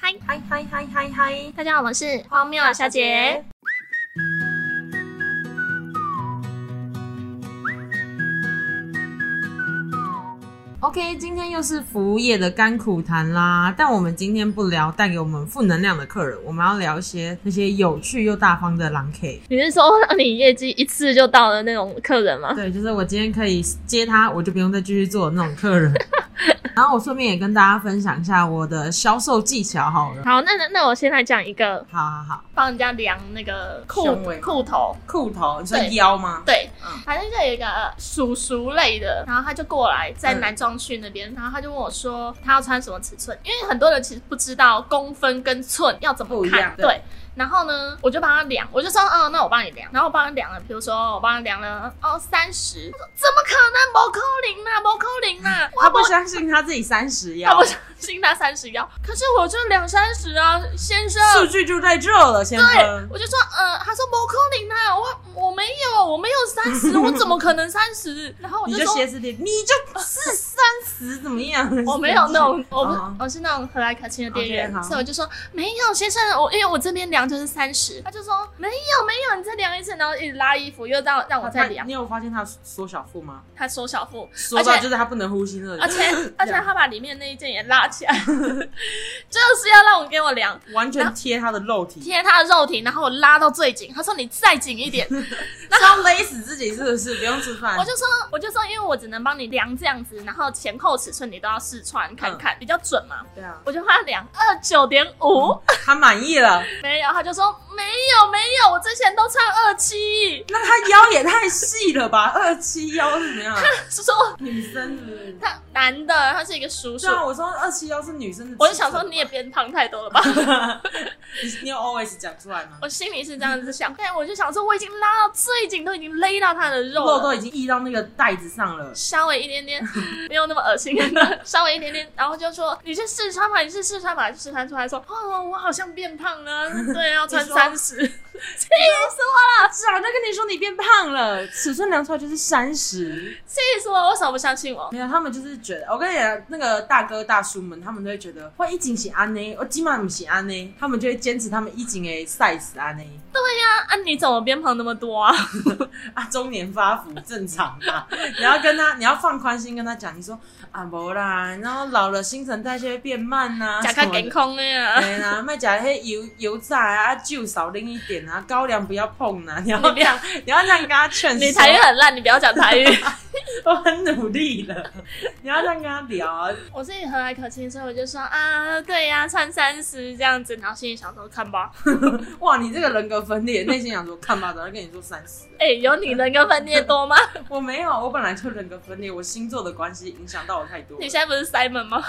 嗨嗨嗨嗨嗨嗨！大家好，我是荒谬啊小姐。 OK，今天又是服务业的甘苦谈啦。但我们今天不聊带给我们负能量的客人，我们要聊一些那些有趣又大方的狼 K。你是说让你业绩一次就到的那种客人吗？对，就是我今天可以接他，我就不用再继续做那种客 人。然后我顺便也跟大家分享一下我的销售技巧好了。好，那那那我先来讲一个好好好，帮人家量那个裤胸围裤头，裤头，你说对腰吗？对，嗯反正就有一个叔叔类的，然后他就过来在嗯男装区那边，然后他就问我说他要穿什么尺寸，因为很多人其实不知道公分跟寸要怎么不一看样，对。对然后呢，我就帮他量，我就说，哦，那我帮你量，然后我帮他量了，比如说我帮他量了，哦，三十，他说怎么可能？啊毛扣零啦，毛扣零 啦，他不相信他自己三十他腰不，相信他三十幺，可是我就两三十啊，先生。数据就在这了，先生。我就说，呃，他说毛扣零啊，我我没有，我没有三十， 我怎么可能三十？然后我你就就说，歇斯底，你就是三十怎么样？ 我没有那种，我不、哦我是那种和蔼可亲的店员 OK，好所以我就说没有先生，我因为我这边量就是三十，他就说没有没有，你再量一次，然后一直拉衣服，又让让我他再他量啊你，有发现他缩小腹吗？他缩小腹，缩到就是他不能呼吸那而里， 且而且他把里面那一件也拉起来， 就是要让我给我量。完全贴他的肉体，贴他的肉体，然后我拉到最紧。他说：“你再紧一点。是要勒死自己是不是？不用吃”饭我，就说：“我就说，因为我只能帮你量这样子，然后前后尺寸你都要试穿看看，比较准嘛。对啊”，我就帮他量二九点五，他满意了，没有，他就说没有没有，我之前都穿二七，那他腰也太细了吧，二七腰是怎么 样？是说女生是不是？他男的，他是一个叔叔对。啊，我说二七幺是女生的，我就想说，你也别胖太多了吧， 你你有 always 讲出来吗？我心里是这样子想，但我就想说，我已经拉到最紧，都已经勒到他的肉肉了，都已经溢到那个袋子上了，稍微一点 点，没有那么恶心， 稍微一点点，然后就说你去试穿吧，你去试穿吧，就试穿出来说，哦，我好像变胖 了，对，要穿 你说三十，早就跟你说你变胖了，尺寸量出来就是三十。气死我，为什么不相信我？没有，他们就是觉得，我跟你讲，那个大哥大叔们，他们都会觉得，我一斤是安呢，我哦今晚不是安呢，他们就会坚持他们一斤的 size 安呢。啊啊，你怎么变胖那么多 啊？啊，中年发福正常啊。 你要跟他，你要放宽心跟他讲，你说啊，无啦，然后老了新陈代谢会变慢呐、啊，假什看么的健康的 呀。对啦，卖假黑油油炸啊，酒少拎一点啊，高粱不要碰啊，你 要你不这要样，你要这样跟他劝说。你台语很烂，你不要讲 台语。 我很努力了，你要这样跟他聊啊。我自己和蔼可亲，所以我就说啊，对呀、穿三十这样子，然后心里想说看吧， 哇，你这个人格分裂，内心想说，看吧，早就跟你说三十，哎、有你人跟分裂多吗？ 我没有，啊我本来就人格分裂，我星座的关系影响到我太多了你。现在不是 Simon 吗？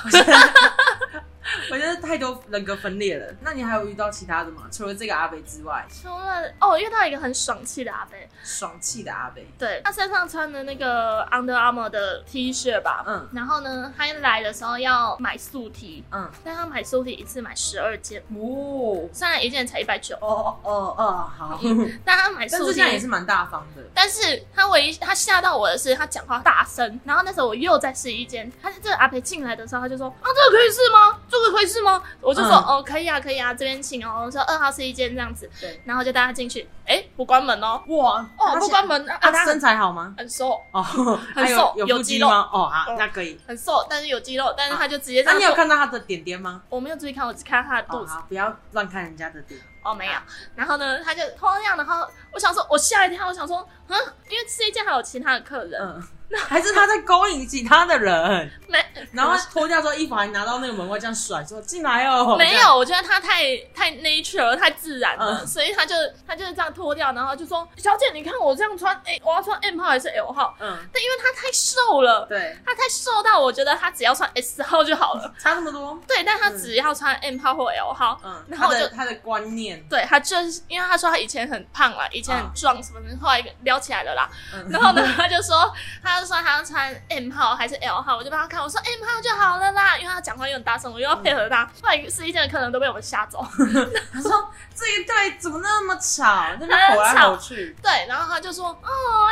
我觉得太多人格分裂了。那你还有遇到其他的吗？除了这个阿北之外，除了哦，我遇到一个很爽气的阿伯，爽气的阿北，对他身上穿的那个 Under Armour 的 T 恤吧，嗯然后呢，他一来的时候要买素 T，嗯，但他买素 T 一次买十二件，哦，虽然一件才一百九，哦哦哦， 好，但他买但素是 T 这样也是蛮大方的。但是他唯一他吓到我的是，他讲话大声。然后那时候我又在试衣间，他这个阿培进来的时候，他就说：“啊，这个可以试吗？这个可以试吗？”我就说：“嗯哦，可以啊，可以啊，这边请哦。”我说：“二号试衣间这样子。”对，然后就带他进去，哎，不关门哦，哇，哦，他不是关门啊，啊，他他身很材好吗？很瘦，哦，还瘦有有腹肌肌肉吗？哦，好嗯，那可以。很瘦，但是有肌肉，但是他就直接这那样啊你有说。看到他的点点吗？我没有注意看，我只看他的哦，肚子。好，不要乱看人家的点。哦，没有。然后呢，他就同样，然后我想说，我吓一跳，我想说，嗯，因为试衣间还有其他的客人，嗯， 还是他在勾引其他的人，没然 后脱掉之后衣服还拿到那个门外这样甩，说进来哦。没这样，有，我觉得他太太 nature 太自然了，嗯所以他就他就是这样脱掉，然后就说：“小姐，你看我这样穿，哎、我要穿 M 号还是 L 号嗯？”，但因为他太瘦了，对，他太瘦到我觉得他只要穿 S 号就好了。差这么多。对，但他只要穿 M 号或 L 号，嗯，然后我他的就他的观念，对他就是因为他说他以前很胖啦，以前很嗯壮什么的，后来撩起来了啦。嗯然后呢，他就说他他就说他要穿 M 号还是 L 号，我就帮他看，我说哎 M 号就好了啦，因为他讲话又很大声，我又要配合他，后来试衣间的客人都被我们吓走。 他说这一对怎么那么吵，在那边吼来吼去。对，然后他就说，哦，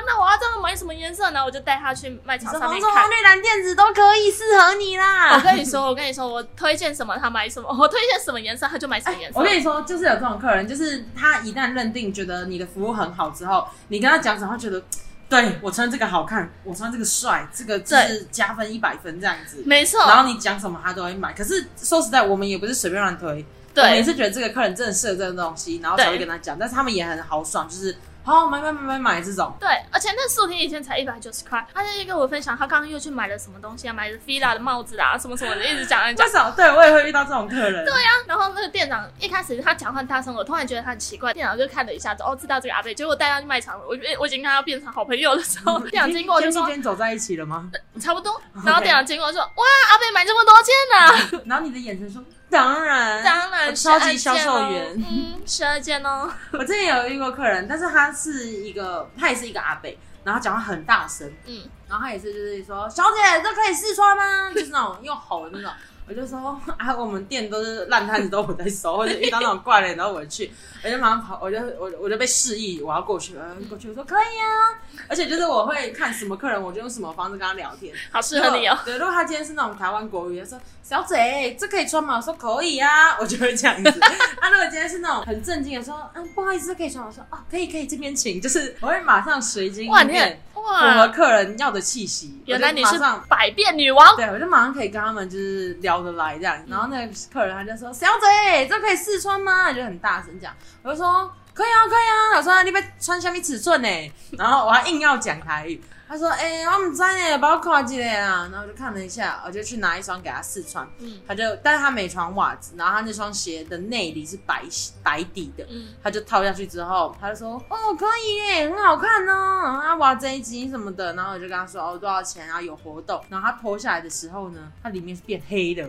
那我要这样买什么颜色呢？我就带他去卖你场说上红面橙看 黄。绿蓝靛紫都可以适合你啦。我跟你说，我跟你说，我推荐什么他买什么，我推荐什么颜色他就买什么颜色。哎 我跟你说，就是有这种客人，就是他一旦认定觉得你的服务很好之后，你跟他讲什么，他觉得对我穿这个好看，我穿这个帅，这个就是加分一百分这样子。没错，然后你讲什么他都会买。可是说实在，我们也不是随便乱推，我们对，也是觉得这个客人真的适合这个东西，然后才会对跟他讲。但是他们也很豪爽，就是好买买买买买这种。对，而且那素婷以前才一百九十块，他就跟我分享，他刚刚又去买了什么东西啊，买了 fila 的帽子啊，什么什么的，一直讲一直至讲。少对我也会遇到这种客人。对呀、然后那个店长一开始他讲话很大声，我突然觉得他很奇怪，店长就看了一下，哦，知道这个阿贝，结果带他去卖场，我觉得我已经跟他变成好朋友的时候，嗯店长啊经过就今说天走在一起了吗？差不哦多，然后店长经过就说，哇，阿贝买这么多件呢、然后你的眼神说当然，当然我是嗯超级按件销售哦员。嗯，十二件哦，我之前有遇过客人，但是他是一个，他也是一个阿北，然后讲话很大声，嗯，然后他也是就是说，小姐这可以试穿吗？就是那种用吼的那种。我就说啊，我们店都是烂摊子，都我在收，或者遇到那种怪人，然后我去，我就马上跑，我就我我就被示意我要过去，然后过去我说可以啊，而且就是我会看什么客人，我就用什么方式跟他聊天，好适合你哦。对，如果他今天是那种台湾国语，他说小姐这可以穿吗？我说可以啊，我就会这样子。 啊，如果今天是那种很震惊的说，嗯，不好意思，这可以穿吗？我说哦，可以可以，这边请。就是我会马上随机哇，应你很变，符合哇，客人要的气息。原来你我是就马上。百变女王。对，我就马上可以跟他们就是聊得来这样。嗯然后那个客人他就说：“小姐，这可以试穿吗？”就很大声讲。我就说：“可以啊，可以啊。”我说：“你被穿下面尺寸呢？”然后我还硬要讲台语。他说：“哎、我们在呢，帮我看一下啊。”然后我就看了一下，我就去拿一双给他试穿。嗯他就，但是他没穿袜子，然后他那双鞋的内里是白白底的，嗯，他就套下去之后，他就说：“哦，可以耶，很好看哦。”然后他哇这一集什么的，然后我就跟他说：“哦，多少钱啊？有活动。”然后他脱下来的时候呢，它里面是变 黑的，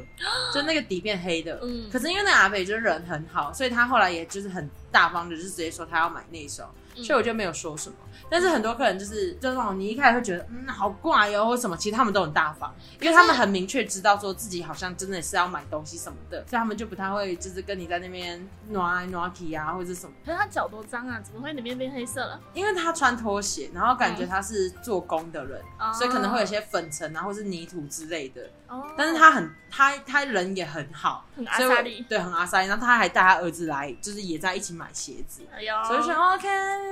就那个底变黑的。嗯可是因为那个阿北就是人很好，所以他后来也就是很大方的，就是直接说他要买那一双，嗯所以我就没有说什么。但是很多客人就是就是那种你一开始会觉得嗯好怪哦或什么，其实他们都很大方，因为他们很明确知道说自己好像真的是要买东西什么的，所以他们就不太会就是跟你在那边挪来挪去啊或者什么。可是他脚多脏啊，怎么会里面变黑色了？因为他穿拖鞋，然后感觉他是做工的人，哦所以可能会有一些粉尘啊或是泥土之类的。哦，但是他很他他人也很好，很阿所以萨我利，对很阿塞，然后他还带他儿子来，就是也在一起买鞋子。哎呦，所以啊就想 OK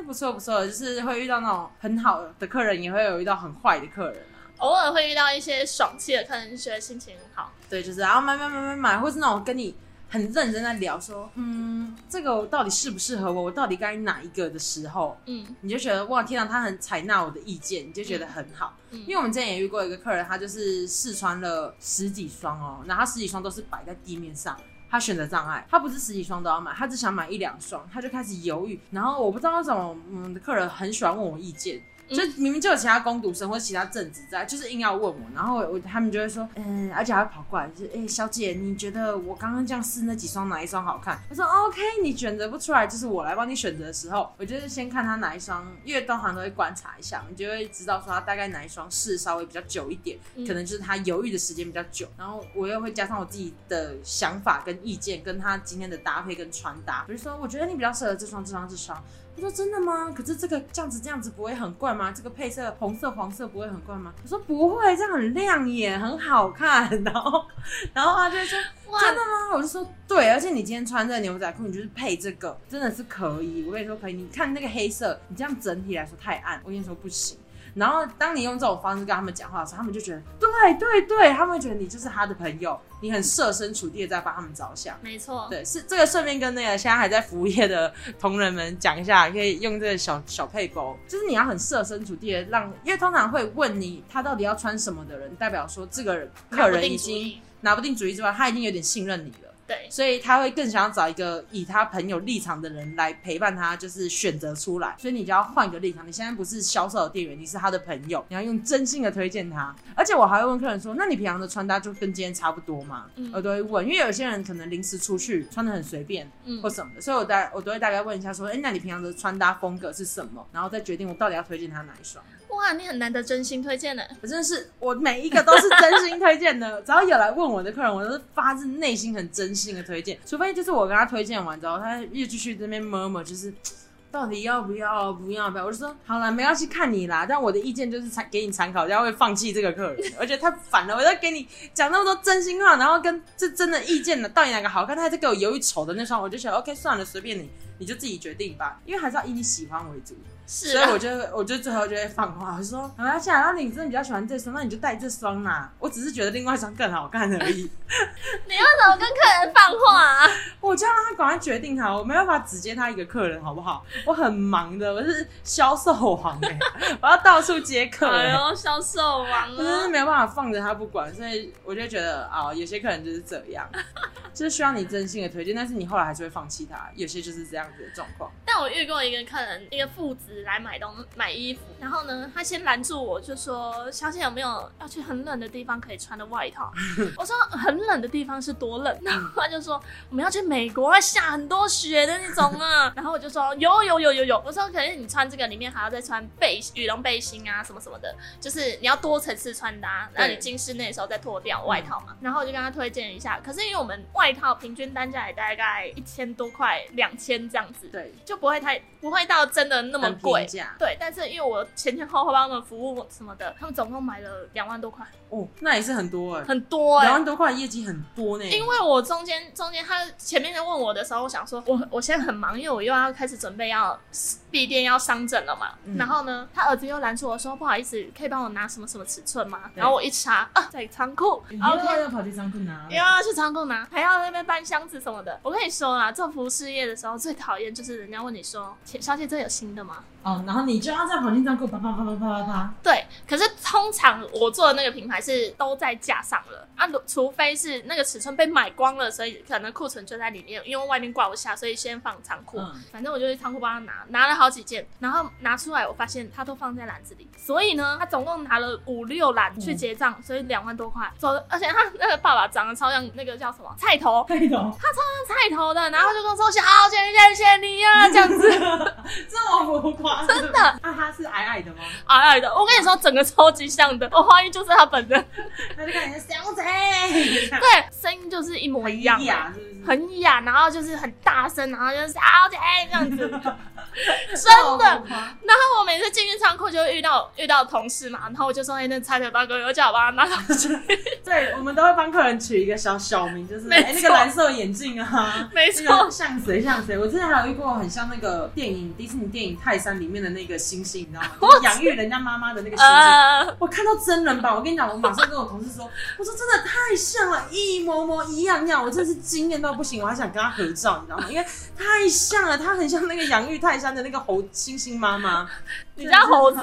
不错不错，就是会遇到那种很好的客人，也会有遇到很坏的客人啊。偶尔会遇到一些爽气的客人，觉得心情很好。对，就是啊买买买买买，或是那种跟你很认真在聊说，嗯，这个我到底适不适合我，我到底该哪一个的时候，嗯你就觉得哇天啊，他很采纳我的意见，你就觉得很好。嗯因为我们之前也遇过一个客人，他就是试穿了十几双哦，然后他十几双都是摆在地面上。他选择障碍，他不是十几双都要买，他只想买一两双，他就开始犹豫。然后我不知道为什么，嗯，客人很喜欢问我意见，嗯就明明就有其他工读生或其他正职在，就是硬要问我。然后我我他们就会说，嗯，而且还会跑过来，就是，哎、小姐，你觉得我刚刚这样试那几双哪一双好看？我说 OK，你选择不出来，就是我来帮你选择的时候，我就是先看他哪一双，因为通常都会观察一下，你就会知道说他大概哪一双试稍微比较久一点，嗯可能就是他犹豫的时间比较久。然后我又会加上我自己的想法跟意见，跟他今天的搭配跟穿搭，比如说我觉得你比较适合这双、这双、这双。他说真的吗？可是这个这样子这样子不会很怪吗？这个配色红色黄色不会很怪吗？我说不会，这样很亮眼，很好看。 然后然后他就会说嗯哇，真的吗？我就说对，而且你今天穿这个牛仔裤，你就是配这个，真的是可以。我跟你说可以，你看那个黑色，你这样整体来说太暗，我跟你说不行。然后当你用这种方式跟他们讲话的时候，他们就觉得对对对，他们会觉得你就是他的朋友，你很设身处地的在帮他们着想。没错，对，是这个顺便跟那个现在还在服务业的同仁们讲一下，可以用这个小小配包，就是你要很设身处地的让，因为通常会问你他到底要穿什么的人，代表说这个客人已经拿不定主意之外，他已经有点信任你了。对，所以他会更想要找一个以他朋友立场的人来陪伴他，就是选择出来。所以你就要换个立场，你现在不是销售的店员，你是他的朋友，你要用真心的推荐他。而且我还会问客人说：“那你平常的穿搭就跟今天差不多吗？”嗯我都会问，因为有些人可能临时出去穿的很随便嗯或什么的，所以我大我都会大概问一下说：“哎、那你平常的穿搭风格是什么？”然后再决定我到底要推荐他哪一双。哇，你很难得真心推荐呢。我真的是，我每一个都是真心推荐的。 只要有来问我的客人，我都是发自内心很真心的推荐。除非就是我跟他推荐完之后，他又继续这边 murmur，就是到底要不要不要不要？我就说好了，没关系，看你啦。但我的意见就是参给你参考，要会放弃这个客人，我觉得太烦了。我在给你讲那么多真心话，然后跟这真的意见呢，到底哪个好看，他还在给我犹豫丑的那双，我就想 OK 算了，随便你，你就自己决定吧，因为还是要以你喜欢为主。是所以啊，我就我就最后就会放话，我就说没关系啊，那你真的比较喜欢这双，那你就带这双啦。我只是觉得另外一双更好看 而已，你为什么 跟客人放话 啊？我就要让他赶快决定好，我没办法只接他一个客人，好不好？我很忙的，我是销售王 哎、我要到处接客哎人、呦，销售王我真 是啊！没有办法放着他不管，所以我就觉得啊、有些客人就是这样，就是需要你真心的推荐，但是你后来还是会放弃他，有些就是这样子的状况。但我遇过一个客人，一个父子来买东买衣服，然后呢，他先拦住我，就说：“小姐有没有要去很冷的地方可以穿的外套？”我说：“很冷的地方是多冷？”然后他就说：“我们要去美国，会下很多雪的那种啊。” 然后我就说：“有有有有有。”我说：“可是你穿这个里面还要再穿背羽绒背心啊，什么什么的，就是你要多层次穿搭。那你对进室内的时候再脱掉外套嘛。”然后我就跟他推荐一下，可是因为我们外套平均单价也大概一千多块，两千 这样子。对，就不会太不会到真的那么很贵平。价对，但是因为我前前后后帮他们服务什么的，他们总共买了两万多块，哦，那也是很多哎、很多哎、两万多块业绩很多呢、因为我中间中间他前面在问我的时候，我想说我我现在很忙，因为我又要开始准备要闭店要商诊了嘛。嗯然后呢，他儿子又拦住我说不好意思，可以帮我拿什么什么尺寸吗？对然后我一查啊，在仓库你又，OK。要跑去仓库拿又要去仓库拿，还要在那边搬箱子什么的。我跟你说啦，做服务事业的时候最讨厌就是人家问你说：“小小姐，这有新的吗？”哦，然后你就要再跑进仓库，啪啪啪啪啪啪 啪。对，可是通常我做的那个品牌是都在架上了啊，如除非是那个尺寸被买光了，所以可能库存就在里面，因为外面挂不下，所以先放仓库。嗯反正我就去仓库帮他拿，拿了好几件，然后拿出来，我发现他都放在篮子里，所以呢，他总共拿了五六篮去结账，所以两万多块。走，而且他那个爸爸长得超像那个叫什么菜头，太懂，像菜头的，然后就跟我说小姐谢谢你啊，这样子。 这么浮夸，真的？那、他是矮矮的吗？矮矮的，我跟你说，整个超级像的，我怀疑就是他本人。他就看你是小 姐，对，声音就是一模一样很的，雅是不是？很哑，然后就是很大声，然后就是啊，就哎这样 子，真这么的浮。夸然后我每次进去仓库就会遇到遇到同事嘛，然后我就说，哎、那菜头大哥，有叫我帮他拿上 去。对，我们都会帮客人取一个小小名，就是没错哎、那个蓝色眼镜啊。没那个错，像谁像谁？我之前还有遇过很像那个电影迪士尼电影《泰山》里面的那个星星，你知道吗？ 就是养育人家妈妈的那个星星。呃，我看到真人版，我跟你讲，我马上跟我同事说，我说真的太像了，一模模一样样，我真是惊艳到不行，我还想跟他合照，你知 道吗？因为太像了，他很像那个养育泰山的那个猴星星妈妈，你家猴子，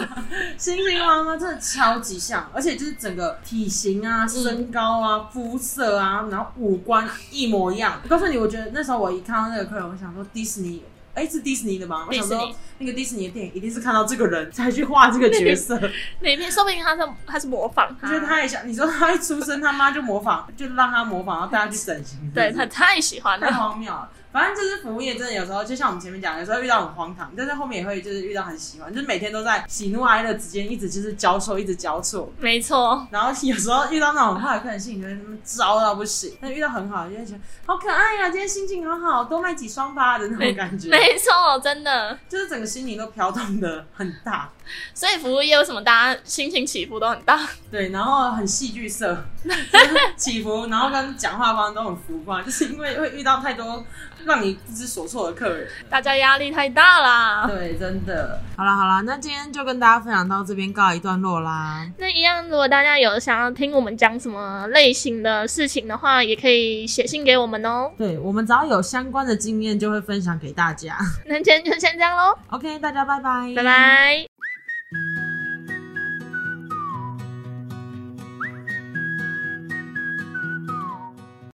星星妈妈真的超级像，而且就是整个体型啊、身高啊、肤色啊，然后五官一模一样。我告诉你，我觉得那时候我一看到那个客人，我想说迪士尼。哎，是迪士尼的吗？我想迪士说尼那个迪士尼的电影一定是看到这个人才去画这个角色，里面说不定他是他是模仿我觉得他，他也想，你说他一出生，他妈就模仿，就让他模仿，然后大家去整形，对是他不太喜欢啊是太 了。荒谬了。反正就是服务业，真的有时候就像我们前面讲，有时候遇到很荒唐，但是后面也会就是遇到很喜欢，就是每天都在喜怒哀乐之间一直就是交错，一直交错。没错，然后有时候遇到那种很坏的客人，心情就会他妈糟到不行；但遇到很好，就会觉得好可爱哦哎呀、今天心情好好，多卖几双吧的那种感觉，没错，真的。就是整个心情都飘动的很大，所以服务业为什么大家心情起伏都很大？对，然后很戏剧 色，起伏，然后跟讲话方都很浮夸，就是因为会遇到太多让你不知所措的客人。大家压力太大啦。对，真的。啊好啦好啦，那今天就跟大家分享到这边告一段落啦。那一样，如果大家有想要听我们讲什么类型的事情的话，也可以写信给我们哦。对我们只要有相关的经验，就会分享给大家。那今天就先这样喽， OK，大家拜拜，拜。拜。